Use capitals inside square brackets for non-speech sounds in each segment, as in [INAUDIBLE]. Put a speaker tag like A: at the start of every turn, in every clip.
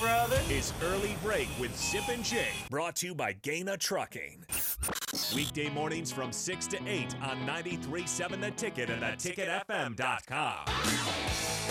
A: brother.
B: is Early Break with Zip and Jay, brought to you by Gaina Trucking. Weekday mornings from 6 to 8 on 93.7 The Ticket and theticketfm.com.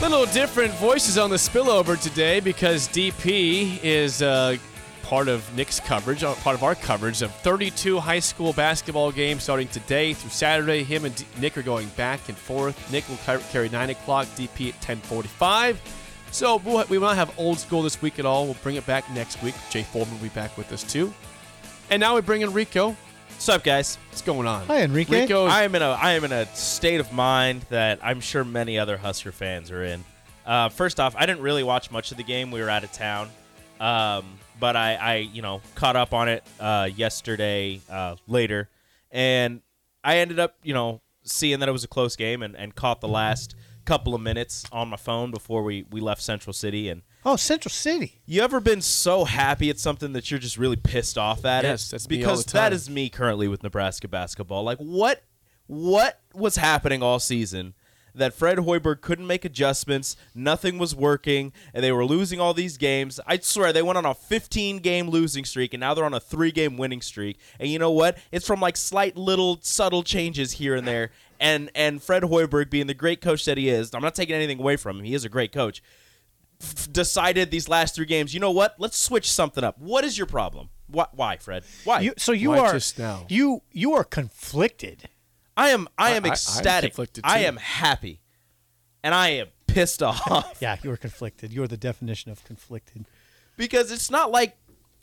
C: Little different voices on the spillover today because DP is uh, part of Nick's coverage, uh, part of our coverage of 32 high school basketball games starting today through Saturday. Him and D- Nick are going back and forth. Nick will car- carry 9 o'clock, DP at 10:45. So we'll, ha- we will not have old school this week at all. We'll bring it back next week. Jay Foreman will be back with us too. And now we bring in Rico.
D: What's up, guys?
C: What's going on?
E: Hi, Enrique.
C: Rico,
D: I am in a I am in a state of mind that I'm sure many other Husker fans are in. Uh, first off, I didn't really watch much of the game. We were out of town, um, but I, I you know caught up on it uh, yesterday uh, later, and I ended up you know seeing that it was a close game and, and caught the last couple of minutes on my phone before we, we left Central City. And
E: Oh, Central City.
D: you ever been so happy at something that you're just really pissed off at
C: Yes,
D: it?
C: that's me all
D: because
C: the time.
D: that is me currently with Nebraska basketball. Like what what was happening all season that Fred Hoiberg couldn't make adjustments, nothing was working, and they were losing all these games. I swear they went on a 15 game losing streak and now they're on a 3 game winning streak. And you know what? It's from like slight little subtle changes here and there. And and Fred Hoiberg being the great coach that he is, I'm not taking anything away from him. He is a great coach decided these last three games. You know what? Let's switch something up. What is your problem? Why, why Fred? Why?
E: You, so you
C: Why
E: are
C: just now?
E: you you are conflicted.
D: I am. I
C: I- I-
D: am
C: I'm
D: ecstatic. I,
C: conflicted, too.
D: am happy, and I am pissed [LAUGHS] off
E: Yeah, you are conflicted. You are the definition of conflicted.
D: because it's not like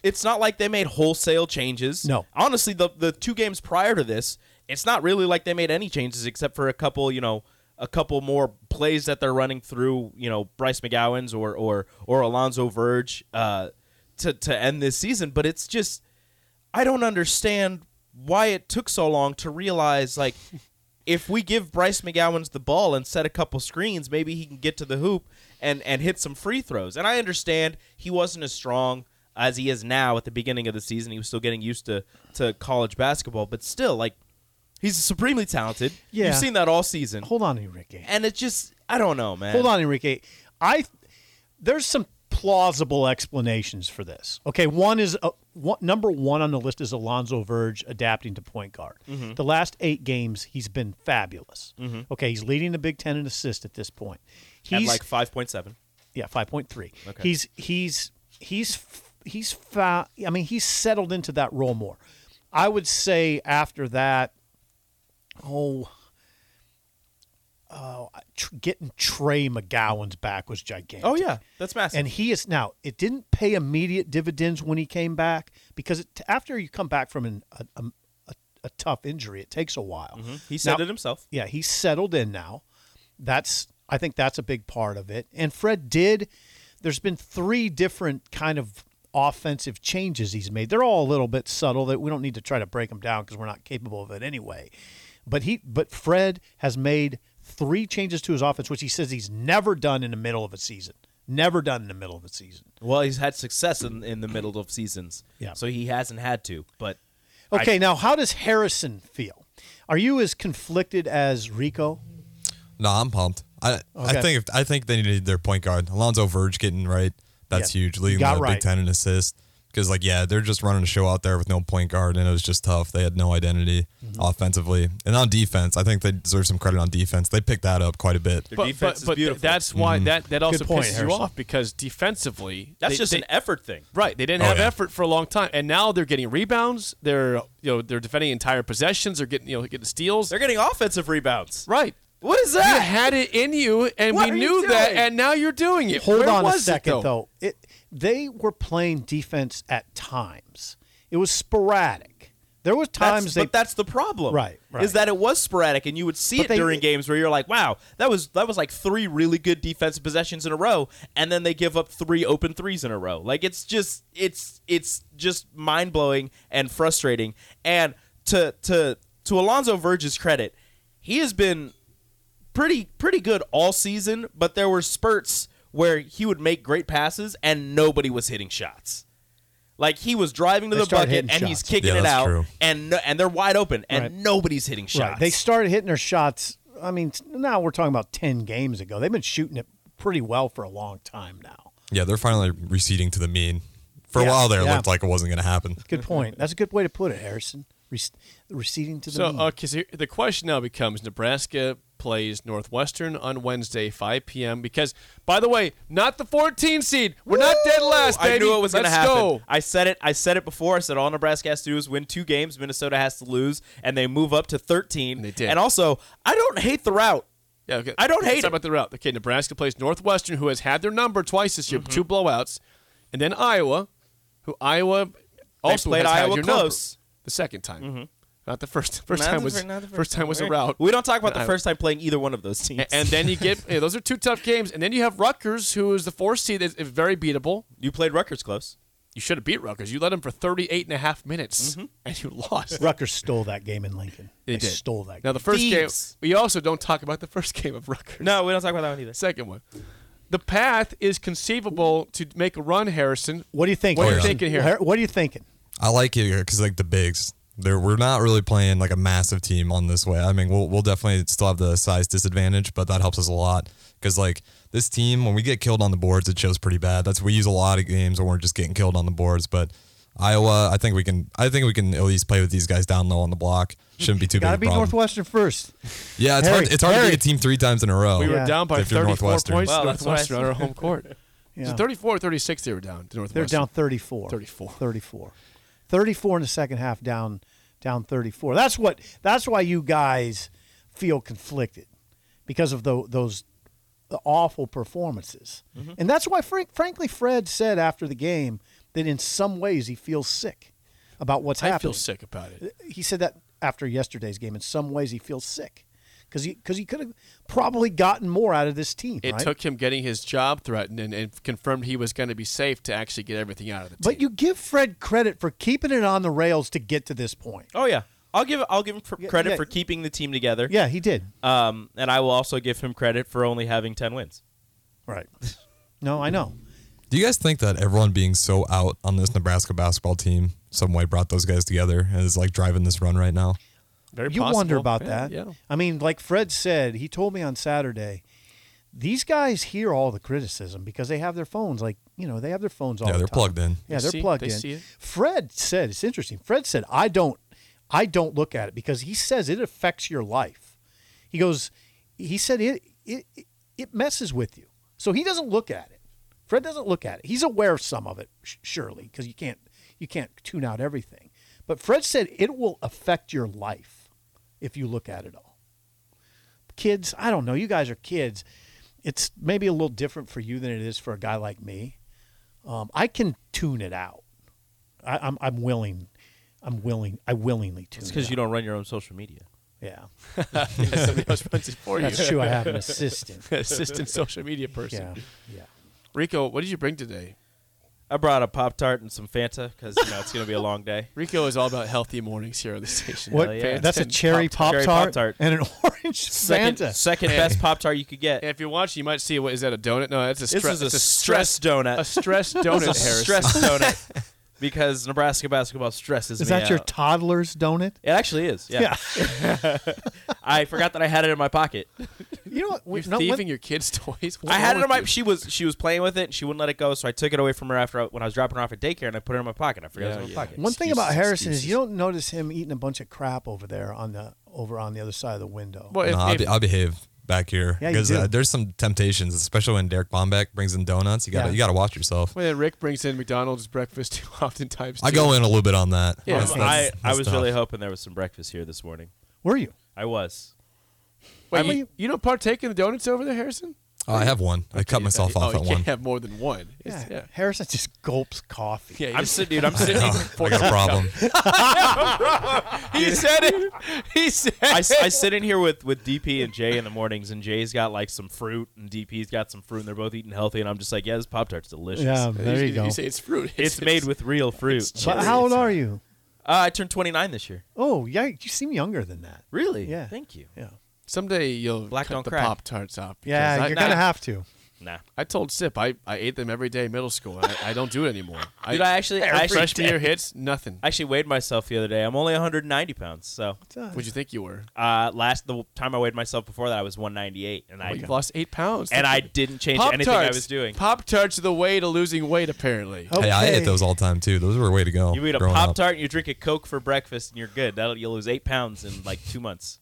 D: it's not like they made wholesale changes.
E: No.
D: honestly, the the two games prior to this, it's not really like they made any changes except for a couple. You know. A couple more plays that they're running through, you know, Bryce McGowan's or or or Alonzo Verge uh, to to end this season. But it's just I don't understand why it took so long to realize
E: [LAUGHS]
D: like if we give Bryce McGowan's the ball and set a couple screens, maybe he can get to the hoop and and hit some free throws. And I understand he wasn't as strong as he is now at the beginning of the season. He was still getting used to to college basketball, but still like he's supremely talented.
E: Yeah.
D: You've seen that all season.
E: Hold on, Enrique.
D: And it just I don't know, man.
E: Hold on, Enrique. I there's some plausible explanations for this. Okay, one is uh, one, number one on the list is Alonzo Verge adapting to point guard. The last eight games, he's been fabulous. Okay, he's leading the Big Ten in assists Mm-hmm. at this point.
D: At
E: He's
D: like 5.7.
E: Yeah, five point three.
D: Okay.
E: He's he's he's f- he's fa- I mean, he's settled into that role more. I would say after that, oh, oh, tr- getting Trey McGowan's back was gigantic.
D: Oh yeah, that's massive.
E: And he is now. It didn't pay immediate dividends when he came back because it, after you come back from an, a, a, a, a tough injury, it takes a while.
D: he said
E: Now-
D: it himself.
E: yeah, he's settled in now. That's I think that's a big part of it. And Fred did. There's been three different kind of offensive changes he's made. They're all a little bit subtle that we don't need to try to break them down because we're not capable of it anyway. But he but Fred has made three changes to his offense, which he says he's never done in the middle of a season. Never done in the middle of a season.
D: Well, he's had success in, in the middle of seasons.
E: Yeah.
D: So he hasn't had to, but
E: Okay, now how does Harrison feel? Are you as conflicted as Rico?
F: No, I'm pumped. I
E: Okay.
F: I think if, I think they needed their point guard. Alonzo Verge getting right. That's
E: Yeah,
F: huge.
E: you
F: Leading
E: got
F: the
E: right.
F: Big Ten in assists. Because like yeah, they're just running a show out there with no point guard, and it was just tough. They had no identity
E: Mm-hmm.
F: offensively, and on defense, I think they deserve some credit on defense. They picked that up quite a bit.
D: their
C: but,
D: defense
C: but,
D: is
C: but
D: beautiful.
C: that's why that, that also
E: Mm. point,
C: pisses you
E: Harrison.
C: off because defensively
D: That's
C: they-
D: just
C: they-
D: an effort thing.
C: Right, they didn't
F: Oh,
C: have
F: yeah.
C: effort for a long time, and now they're getting rebounds. They're you know they're defending entire possessions. They're getting you know getting steals.
D: They're getting offensive rebounds.
C: right.
D: What is
C: You
D: that?
C: had it in you, and
D: What
C: we
D: are you
C: knew that,
D: doing?
C: and now you're doing it.
E: Hold
C: Where
E: on a
C: was it,
E: second, though. It, they were playing defense at times. It was sporadic. There were
D: That's-
E: times they.
D: but that's the problem,
E: Right, right.
D: Is that it was sporadic, and you would see
E: But
D: it
E: they-
D: during games where you're like, "Wow, that was that was like three really good defensive possessions in a row," and then they give up three open threes in a row. Like it's just it's it's just mind blowing and frustrating. And to to to Alonzo Verge's credit, he has been pretty pretty good all season, but there were spurts where he would make great passes and nobody was hitting shots. Like he was driving to
E: They
D: the
E: start
D: bucket
E: hitting
D: and he's
E: shots.
D: kicking
F: Yeah,
D: it
F: that's
D: out
F: true.
D: and no, and they're wide open and
E: Right.
D: nobody's hitting shots.
E: Right. They started hitting their shots I mean, now we're talking about 10 games ago. They've been shooting it pretty well for a long time now.
F: Yeah, they're finally receding to the mean. For
E: Yeah,
F: a while there, it
E: yeah.
F: looked like it wasn't going to happen.
E: Good point. That's a good way to put it, Harrison. Re- receding to the
C: So, uh,
E: mean.
C: okay, so here- the question now becomes: Nebraska plays Northwestern on Wednesday, 5 p.m. Because, by the way, not the 14 seed. We're not dead last, baby.
D: I knew it was going to
C: Let's
D: happen.
C: go.
D: I said it. I said it before. I said all Nebraska has to do is win two games. Minnesota has to lose, and they move up to thirteen.
C: And they did.
D: And also, I don't hate the route.
C: Yeah, okay.
D: I don't
C: Let's
D: hate
C: talk
D: it.
C: about the route. Okay, Nebraska plays Northwestern, who has had their number twice this year,
D: Mm-hmm.
C: two blowouts, and then Iowa, who Iowa also
D: played
C: has had
D: Iowa
C: your number
D: close. Mm-hmm.
C: the second time, not the first. [LAUGHS] First
D: Not
C: time
D: the
C: was
D: fir- not the
C: first, time was a
D: We're-
C: route.
D: We
C: [LAUGHS]
D: don't talk about
C: And
D: the
C: Iowa.
D: first time playing either one of those teams.
C: A- and then you get yeah, those are two tough games, and then you have Rutgers, who is the fourth seed, is is very beatable.
D: you played Rutgers close.
C: You should have beat Rutgers. You let them for 38 and a half minutes,
D: Mm-hmm.
C: and you [LAUGHS] lost.
E: Rutgers stole that game in Lincoln.
C: They
E: They,
C: did.
E: stole that
C: Now
E: game.
C: the first
D: Thieves.
C: game, we also don't talk about the first [LAUGHS] game of Rutgers.
D: No, we don't talk about that one either.
C: Second one. The path is conceivable to make a run, Harrison.
E: what do you think?
C: What are you
E: Harrison?
C: thinking here?
E: Har- What are you thinking?
F: I like it because like the bigs, there we're not really playing like a massive team on this way. I mean, we'll we'll definitely still have the size disadvantage, but that helps us a lot because like this team, when we get killed on the boards, it shows pretty bad. That's we use a lot of games where we're just getting killed on the boards, but. Iowa, I think we can. I think we can at least play with these guys down low on the block. Shouldn't be too big.
E: Got to
F: of a
E: beat
F: problem.
E: Northwestern first.
F: Yeah, it's
E: Harry,
F: hard. It's hard
E: Harry.
F: to beat a team three times in a row.
C: We were
E: Yeah.
C: down by
F: If you're
C: 34 points
F: Northwestern.
C: to
D: Wow, that's what I
C: Northwestern on our home court.
E: [LAUGHS]
C: It was
E: Yeah.
C: 34 36 they were down to
E: They're
C: Northwestern.
E: down 34.
C: 34.
E: 34. 34 in the second half down down 34. That's what that's why you guys feel conflicted because of tho- those awful performances.
C: Mm-hmm.
E: And that's why frank, frankly Fred said after the game that in some ways he feels sick about what's
C: I
E: happening.
C: feel sick about it.
E: He said that after yesterday's game in some ways he feels sick cuz he cuz he could have probably gotten more out of this team,
C: It
E: right?
C: took him getting his job threatened and, and confirmed he was going to be safe to actually get everything out of the team.
E: but you give Fred credit for keeping it on the rails to get to this point.
D: Oh yeah, I'll give I'll give him pr-
E: Yeah,
D: credit
E: yeah.
D: for keeping the team together.
E: Yeah, he did.
D: Um, and I will also give him credit for only having ten wins.
E: Right. [LAUGHS] No, I know.
F: Do you guys think that everyone being so out on this Nebraska basketball team some way brought those guys together and is like driving this run right now?
C: Very
E: you
C: possible.
E: wonder about
C: Yeah,
E: that.
C: Yeah.
E: I mean, like Fred said, he told me on Saturday, these guys hear all the criticism because they have their phones. Like, you know, they have their phones all
F: Yeah,
E: the
F: they're
E: time.
F: plugged in.
C: They
E: Yeah, they're
C: see-
E: plugged
C: they
E: in.
C: see it.
E: Fred said it's interesting. Fred said I don't I don't look at it because he says it affects your life. He goes he said it it it messes with you. So he doesn't look at it. Fred doesn't look at it. He's aware of some of it sh- surely because you can't you can't tune out everything. But Fred said it will affect your life if you look at it all kids i don't know you guys are kids it's maybe a little different for you than it is for a guy like me um, i can tune it out I, I'm, I'm willing i'm willing i willingly tune
D: It's
E: it
D: because you
E: out.
D: don't run your own social media.
E: yeah
C: [LAUGHS] Yeah, somebody else runs it for you.
E: that's true i have [LAUGHS] an
C: [LAUGHS]
E: assistant
C: Assistant social media person.
E: yeah yeah
C: Rico, what did you bring today?
D: I brought a pop tart and some Fanta because you know it's gonna be a long day.
C: Rico is all about healthy mornings here on the station.
E: what
D: Hell yeah.
E: that's a
C: Fanta-
E: cherry pop
D: Cherry
E: tart
D: Pop-Tart.
E: and an [LAUGHS] orange
D: Second,
E: Fanta.
D: second best pop tart you could get.
C: And if you're watching, you might see what is that a donut? No, that's a
D: This
C: stress.
D: is a stress donut.
C: A [LAUGHS] stress donut.
D: It's a
C: Harrison.
D: stress donut [LAUGHS] because Nebraska basketball stresses me
E: is that your
D: out.
E: toddler's donut
D: it actually is. Yeah. [LAUGHS] I forgot that I had it in my pocket.
E: you know what we-
C: You're
E: no, when-
C: thieving your kids' toys. What's
D: I had
C: wrong
D: it in
C: with
D: my.
C: you?
D: She was she was playing with it and she wouldn't let it go, so I took it away from her after I, when I was dropping her off at daycare, and I put it in my pocket. I forgot
C: Yeah,
D: it was in
C: yeah.
D: my pocket.
E: One thing
F: Excuses,
E: about Harrison is you
F: excuses.
E: don't notice him eating a bunch of crap over there on the over on the other side of the window.
C: Well, if,
F: no, I'll,
C: if-
F: be, I'll behave back here
E: Yeah, you
F: because uh,
E: do.
F: there's some temptations, especially when Derek Bombeck brings in donuts. You got to
E: Yeah.
F: you got to watch yourself.
C: well, then Rick brings in McDonald's breakfast [LAUGHS] too oftentimes.
F: I
C: too.
F: go in a little bit on that.
C: Yeah.
F: That's-
D: Um, I,
F: that's-
D: I
F: that's
D: was
F: tough.
D: really hoping there was some breakfast here this morning.
E: Were you?
D: I was.
C: Wait,
E: I mean-
C: you, you don't partake in the donuts over there, Harrison?
F: Oh, I have one. I cut myself
C: oh,
F: off
C: you
F: at
C: can't
F: one.
C: have more than one.
E: Yeah.
C: It's- yeah.
E: Harrison just gulps coffee.
C: Yeah, [LAUGHS] you
D: I'm
C: just-
D: sitting, dude. I'm sitting.
F: [LAUGHS] I got a problem.
C: [LAUGHS]
D: he said it. He said. I, s- I sit in here with with DP and Jay in the mornings, and Jay's got like some fruit, and DP's got some fruit, and they're both eating healthy, and I'm just like, yeah, this pop tart's delicious.
E: Yeah, there you
C: you
E: go.
C: say it's fruit.
D: It's made with real fruit. Uh,
E: But how old are you?
D: I turned 29 this year.
E: Oh, yeah, you seem younger than that.
D: Really?
E: Yeah.
D: Thank you.
E: Yeah.
C: Someday you'll
D: Black
C: cut
D: on
C: the
D: crack.
C: Pop Tarts off.
E: Yeah,
C: because I-
E: you're going to
C: I-
E: have to.
D: Nah.
C: I told Sip I, I ate them every day in middle school. And I, I don't do it anymore.
D: Dude, I actually- I actually
C: freshman
D: did.
C: year hits nothing.
D: I actually weighed myself the other day. I'm only 190 pounds. So
C: What'd you think you were?
D: uh, last the time I weighed myself before that, I was 198, and I
C: Well, you've lost eight pounds.
D: and I didn't change anything I was doing.
C: Pop tarts are the way to losing weight, apparently.
E: Oh.
F: Hey, I
E: Okay.
F: ate those all the time too. Those were way to go.
D: You eat a
F: growing
D: pop
F: up.
D: tart and you drink a Coke for breakfast, and you're good. That'll you'll lose eight pounds in like two months.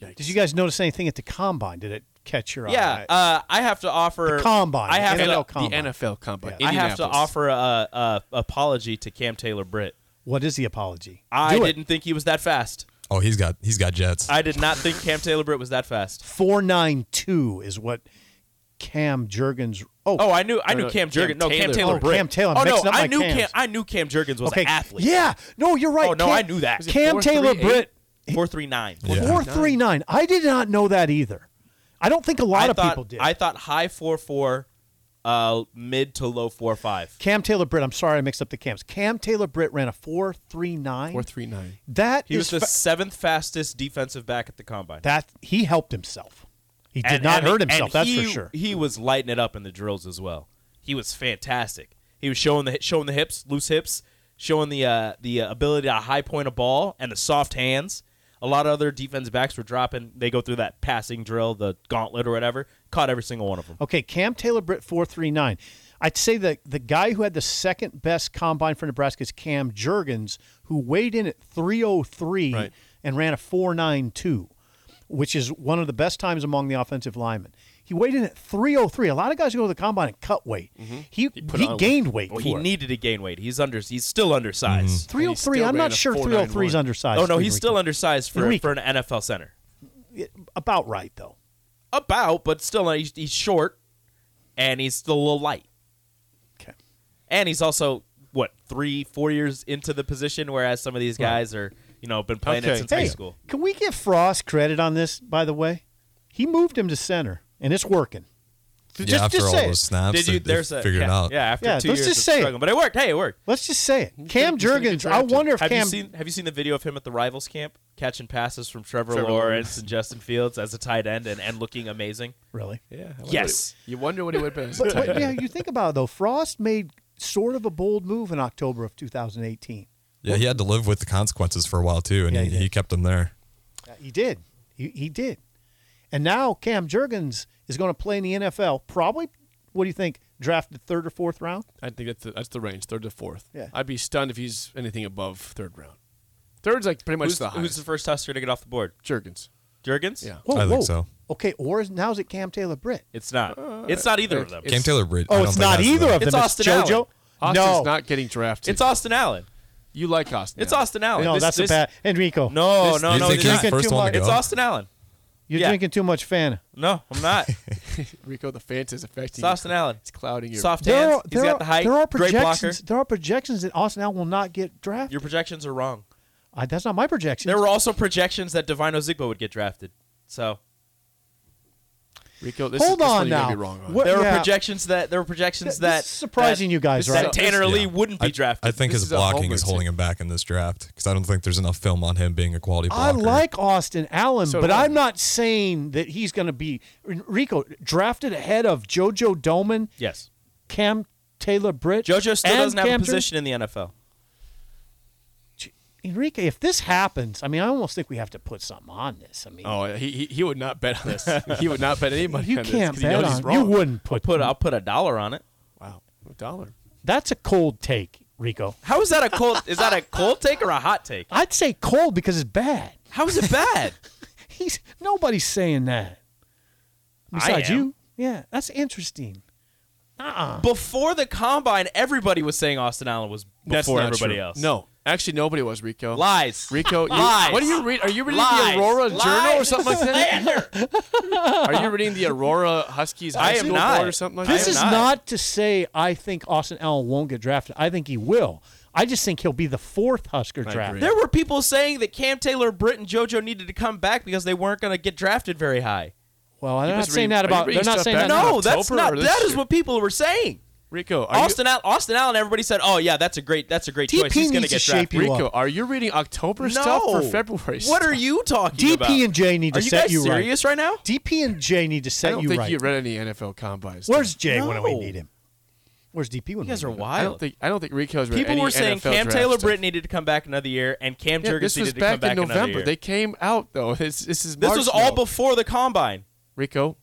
E: Did you guys notice anything at the combine? Did it catch your
D: Yeah,
E: eye?
D: uh, I have to offer
E: The combine,
D: I have
E: the
D: to,
E: NFL
C: the
E: combine.
C: NFL combine.
E: Yeah.
D: I have to
C: Indianapolis.
D: offer a, a apology to Cam Taylor Britt.
E: what is the apology?
D: I
E: Do it.
D: didn't think he was that fast.
F: Oh, he's got he's got jets.
D: I did not think Cam Taylor Britt was that fast.
E: 492 is what Cam Jurgens. Oh,
D: Oh, I knew I
C: No,
D: knew
C: no,
D: Cam
C: Cam
D: Jurgens. No, Cam
C: Taylor.
D: Taylor
E: Oh,
D: Britt.
E: Cam Taylor. I'm
D: Oh no,
E: mixing up
D: I
E: my
D: knew Cam.
E: Cams.
D: I knew Cam Jurgens was
E: okay.
D: an athlete.
E: Yeah. No, you're right.
D: Oh, no,
E: Cam-
D: I knew that. Was it
E: Cam
C: four,
E: Taylor
C: three,
E: Britt,
D: four three nine.
F: Yeah.
E: 439. I did not know that either. I don't think a lot
D: I
E: of
D: thought,
E: people did.
D: I thought high four four, uh, mid to low four five.
E: Cam Taylor Britt. I'm sorry, I mixed up the cams. Cam Taylor Britt ran a four three nine.
C: Four three nine.
E: That
D: He was the
E: is fa-
D: seventh fastest defensive back at the combine.
E: that he helped himself. He did
D: And-
E: not
D: and-
E: hurt
D: and
E: himself. That's
D: he-
E: for sure.
D: He was lighting it up in the drills as well. He was fantastic. He was showing the showing the hips, loose hips, showing the uh, the uh, ability to high point a ball and the soft hands. A lot of other defense backs were dropping. They go through that passing drill, the gauntlet or whatever. Caught every single one of them.
E: Okay, Cam Taylor Britt four three nine. I'd say that the guy who had the second best combine for Nebraska is Cam Jurgens, who weighed in at three oh three
C: Right.
E: and ran a four nine two, which is one of the best times among the offensive linemen. He weighed in at three oh three. A lot of guys go to the combine and cut weight. He he,
C: put on-
E: gained weight.
D: Well, he
E: for it.
D: needed to gain weight. He's under. He's still undersized.
E: Three hundred three.
C: still
E: I'm
C: ran
E: not
C: a
E: sure three hundred
C: 491.
E: three is undersized.
D: Oh no,
E: Steve
D: he's
E: Rico.
D: still undersized for
E: Enrique.
D: for an NFL center.
E: about right though.
D: About, but still, not- he's, he's short, and he's still a little light.
E: Okay.
D: And he's also what three, four years into the position, whereas some of these guys are you know been playing it
C: Okay.
D: since high
E: Hey,
D: school.
E: can we give Frost credit on this? By the way, he moved him to center, and it's working.
F: yeah,
E: just,
F: after
E: just
F: all
E: say
F: those
E: it.
F: snaps,
D: Did you?
F: they- they
D: There's a
F: figured it
D: yeah,
F: out.
D: Yeah, after
E: Yeah,
D: two
E: let's
D: years
E: just
D: of
E: say it.
D: struggling, but it worked. Hey, it worked.
E: Let's just say it. Cam
C: he's gonna get
E: Jurgens. I wonder if
D: have
E: Cam.
D: you seen Have you seen the video of him at the rivals camp catching passes from Trevor,
C: Trevor
D: Lawrence,
C: Lawrence.
D: and Justin Fields as a tight end and, and looking amazing?
E: really?
C: Yeah.
D: Yes.
C: You wonder what he would have
E: [LAUGHS] But,
C: been.
E: but, yeah, you think about it, though. Frost made sort of a bold move in October of 2018.
F: Yeah, he had to live with the consequences for a while too, and
E: Yeah,
F: he,
E: he did.
F: he kept them there.
E: Uh, He did. He, he did. And now Cam Jurgens is going to play in the NFL. Probably. What do you think? Drafted third or fourth round?
C: [LAUGHS] I think that's the, that's the range, third to fourth.
E: Yeah.
C: I'd be stunned if he's anything above third round. Third's like pretty much
D: who's,
C: the
D: who's
C: highest.
D: the first Husker to get off the board?
C: Jurgens.
D: Jurgens?
C: Yeah.
E: Whoa,
F: I think
E: whoa.
F: so.
E: Okay, or is, now is it Cam Taylor Britt?
D: It's not.
E: Uh,
D: it's not either of them.
F: Cam
D: It's,
F: Taylor Britt. I
E: Oh,
F: don't
E: it's
F: think
E: not
F: has
E: either
F: the-
E: of them.
D: It's
E: It's,
D: Austin
E: JoJo.
C: Austin's
E: no,
C: not getting drafted.
D: it's Austin Allen.
C: you like Austin.
D: It's
C: Allen.
D: Austin Allen.
E: no,
D: This-
E: that's
D: this-
E: a bad Enrico.
D: No,
F: This-
D: no,
F: you
D: no.
F: think
D: It's,
E: you're
F: he's
D: not.
F: the first
E: too
F: one to
E: much.
F: go?
D: it's Austin Allen.
E: you're
D: yeah.
E: drinking too much Fanta.
D: No, I'm not.
C: Rico. The fans is affecting.
D: It's Austin
C: you.
D: Allen.
C: It's clouding your.
D: Soft
E: There
D: hands.
E: are,
D: he's
E: there
D: got the
E: are-
D: height.
E: There are
D: Great blocker.
E: projections. There are projections that Austin Allen will not get drafted.
D: Your projections are wrong.
E: I, that's not my projection.
D: There were also projections that Divino Zigbo would get drafted. So
C: Rico. This
E: Hold
C: is, this
E: on
C: one you're gonna
E: now.
C: be wrong on.
E: What-
D: there
E: Yeah.
D: were projections that there were projections
E: Th-
D: that
E: this is surprising
D: that-
E: you guys,
D: that
E: right?
D: Tanner
C: Yeah.
D: Lee wouldn't be
F: I-
D: drafted.
F: I think
C: This
F: his
C: is a
F: blocking
C: homer
F: is
C: team.
F: holding him back in this draft because I don't think there's enough film on him being a quality blocker.
E: I like Austin Allen,
C: So
E: but
C: do I.
E: I'm not saying that he's going to be Rico drafted ahead of JoJo Doman,
D: yes,
E: Cam Taylor Britt.
D: JoJo still
E: and
D: doesn't have
E: Cam
D: a position in the NFL.
E: Jur- Enrique, if this happens, I mean, I almost think we have to put something on this. I mean,
C: Oh, he, he he would not bet on this.
E: [LAUGHS]
C: he would not bet anybody
E: you
C: on this.
E: can't
C: 'cause he
E: bet
C: knows
E: on
C: he's
E: you.
C: wrong.
E: Wouldn't put,
D: Put I'll put a dollar on it.
C: Wow, a dollar.
E: That's a cold take, Rico.
D: How is that a cold? is that a cold take or a hot take?
E: I'd say cold because it's bad.
D: How is it bad?
E: He's nobody's saying that. Besides
D: am.
E: you, yeah, that's interesting.
D: Before the combine, everybody was saying Austin Allen was
C: That's
D: before
C: not
D: everybody
C: true.
D: else.
C: No, actually, nobody was Rico.
D: lies.
C: Rico, you,
D: Lies.
C: what are you reading? Are you reading
D: Lies.
C: the Aurora
D: Lies.
C: Journal or something like that? [LAUGHS] are you reading the Aurora Huskies High
D: I am
C: School
D: not.
C: Board or something like
E: This
D: am
E: is
C: that?
E: not.
D: not.
E: to say I think Austin Allen won't get drafted. I think he will. I just think he'll be the fourth Husker draft.
C: agree.
D: There were people saying that Cam Taylor, Britt, and JoJo needed to come back because they weren't going to get drafted very high.
E: Well, they're
C: You
E: not
C: must
E: saying
C: read-
E: that
C: are you
E: about.
C: reading
E: They're not
C: stuff
E: saying
C: back
E: that.
C: in
D: No,
C: October
D: that's
C: or
D: not.
C: this
D: That is
C: year?
D: what people were saying.
C: Rico, are
D: Austin Allen, Austin Allen. Everybody said, "Oh yeah, that's a great, that's a great
E: DP
D: choice. He's going to
E: needs
D: get
E: to
D: drafted."
E: shape
C: you,
E: you
C: Rico,
E: up.
C: are you reading October
D: no,
C: stuff or February stuff?
D: What are you talking
E: DP
D: about?
E: and J need to
D: Are you
E: set
D: guys
E: you right.
D: serious right now?
E: DP and Jay need to
C: I
E: set
C: don't
E: you
C: think
E: right.
C: you read any NFL combine. stuff.
E: Where's Jay when we
D: No.
E: need him? Where's DP when
D: You guys
E: we
D: are
E: need him?
C: I
D: wild.
C: don't think I don't think Rico's read
D: People
C: any
D: were saying
C: NFL
D: Cam
C: draft
D: Taylor
C: stuff.
D: Britt needed to come back another year, and Cam
C: Yeah,
D: Jurgens
C: this was
D: needed to
C: back
D: come back
C: in
D: another
C: November.
D: year.
C: They came out though. This this is
D: this
C: March
D: was all
C: now.
D: before the combine.
C: Rico,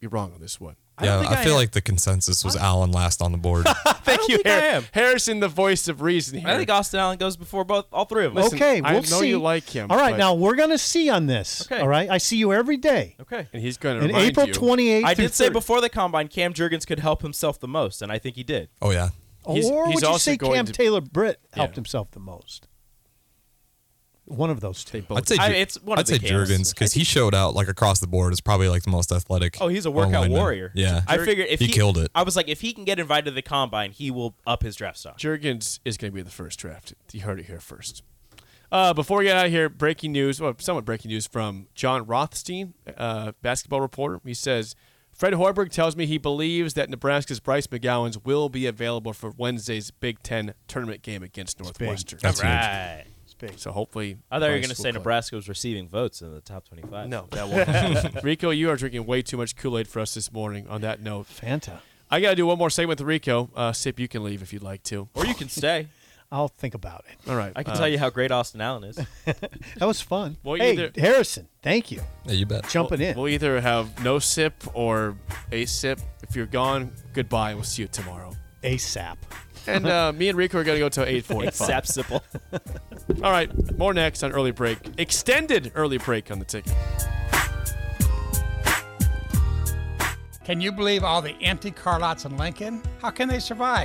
C: you're wrong on this one.
D: don't
F: yeah,
D: think
F: I,
D: I
F: feel
D: am.
F: like the consensus was Allen last on the board.
D: Thank
F: [LAUGHS]
D: you,
C: Har-
D: Harry.
C: Harrison, the voice of reason here.
D: I think Austin Allen goes before both all three of us.
C: Listen,
E: okay,
C: I
E: we'll
C: know
E: see.
C: you like him,
E: All right,
C: but-
E: now we're gonna see on this.
D: Okay.
E: All right, I see you every day.
D: Okay.
C: and he's going to
E: In
C: remind
E: April
C: you.
E: twenty eighth,
D: I did say before the combine, Cam Jurgens could help himself the most, and I think he did.
F: oh yeah,
E: or
C: he's- he's
E: would you
C: also
E: say
C: going
E: Cam
C: to-
E: Taylor Britt helped
D: Yeah.
E: himself the most? One of those two.
F: I'd say
D: I-
F: Ju-
D: it's one
F: I'd
D: of the
F: say
D: Cams.
F: Jurgens because he showed out like across the board. Is probably like the most athletic.
D: Oh, he's a workout
F: lineman.
D: warrior.
F: Yeah,
D: I figured if
F: he, killed it.
D: I was like, if he can get invited to the combine, he will up his draft stock.
C: Jurgens is going to be the first draft. You heard it here first. Uh, before we get out of here, breaking news, well, somewhat breaking news from John Rothstein, uh, basketball reporter. He says, Fred Hoiberg tells me he believes that Nebraska's Bryce McGowan's will be available for Wednesday's Big Ten tournament game against
E: big.
C: Northwestern.
F: That's huge.
D: Right.
C: So hopefully.
D: I thought you
C: Bryce
D: were going to
C: will
D: say
C: play.
D: Nebraska was receiving votes in the top 25.
C: No, that won't happen.
E: [LAUGHS]
C: Rico, you are drinking way too much Kool Aid for us this morning on that note.
E: Fanta.
C: I got to do one more segment with Rico. Uh, Sip, you can leave if you'd like to.
D: Or you can stay.
E: I'll think about it.
C: All right.
D: I can
C: uh,
D: tell you how great Austin Allen
C: [LAUGHS]
D: is.
E: That was fun.
C: Well,
E: hey,
C: either-
E: Harrison, thank you.
F: Yeah, you bet.
E: Jumping in.
C: We'll either have no sip or a sip. If you're gone, goodbye. We'll see you tomorrow.
E: ASAP.
C: And uh, me and Rico are gonna go till
D: It's
C: 8:45.
D: sapsiple.
C: All right, more next on early break. Extended early break on the ticket.
A: Can you believe all the empty car lots in Lincoln? How can they survive?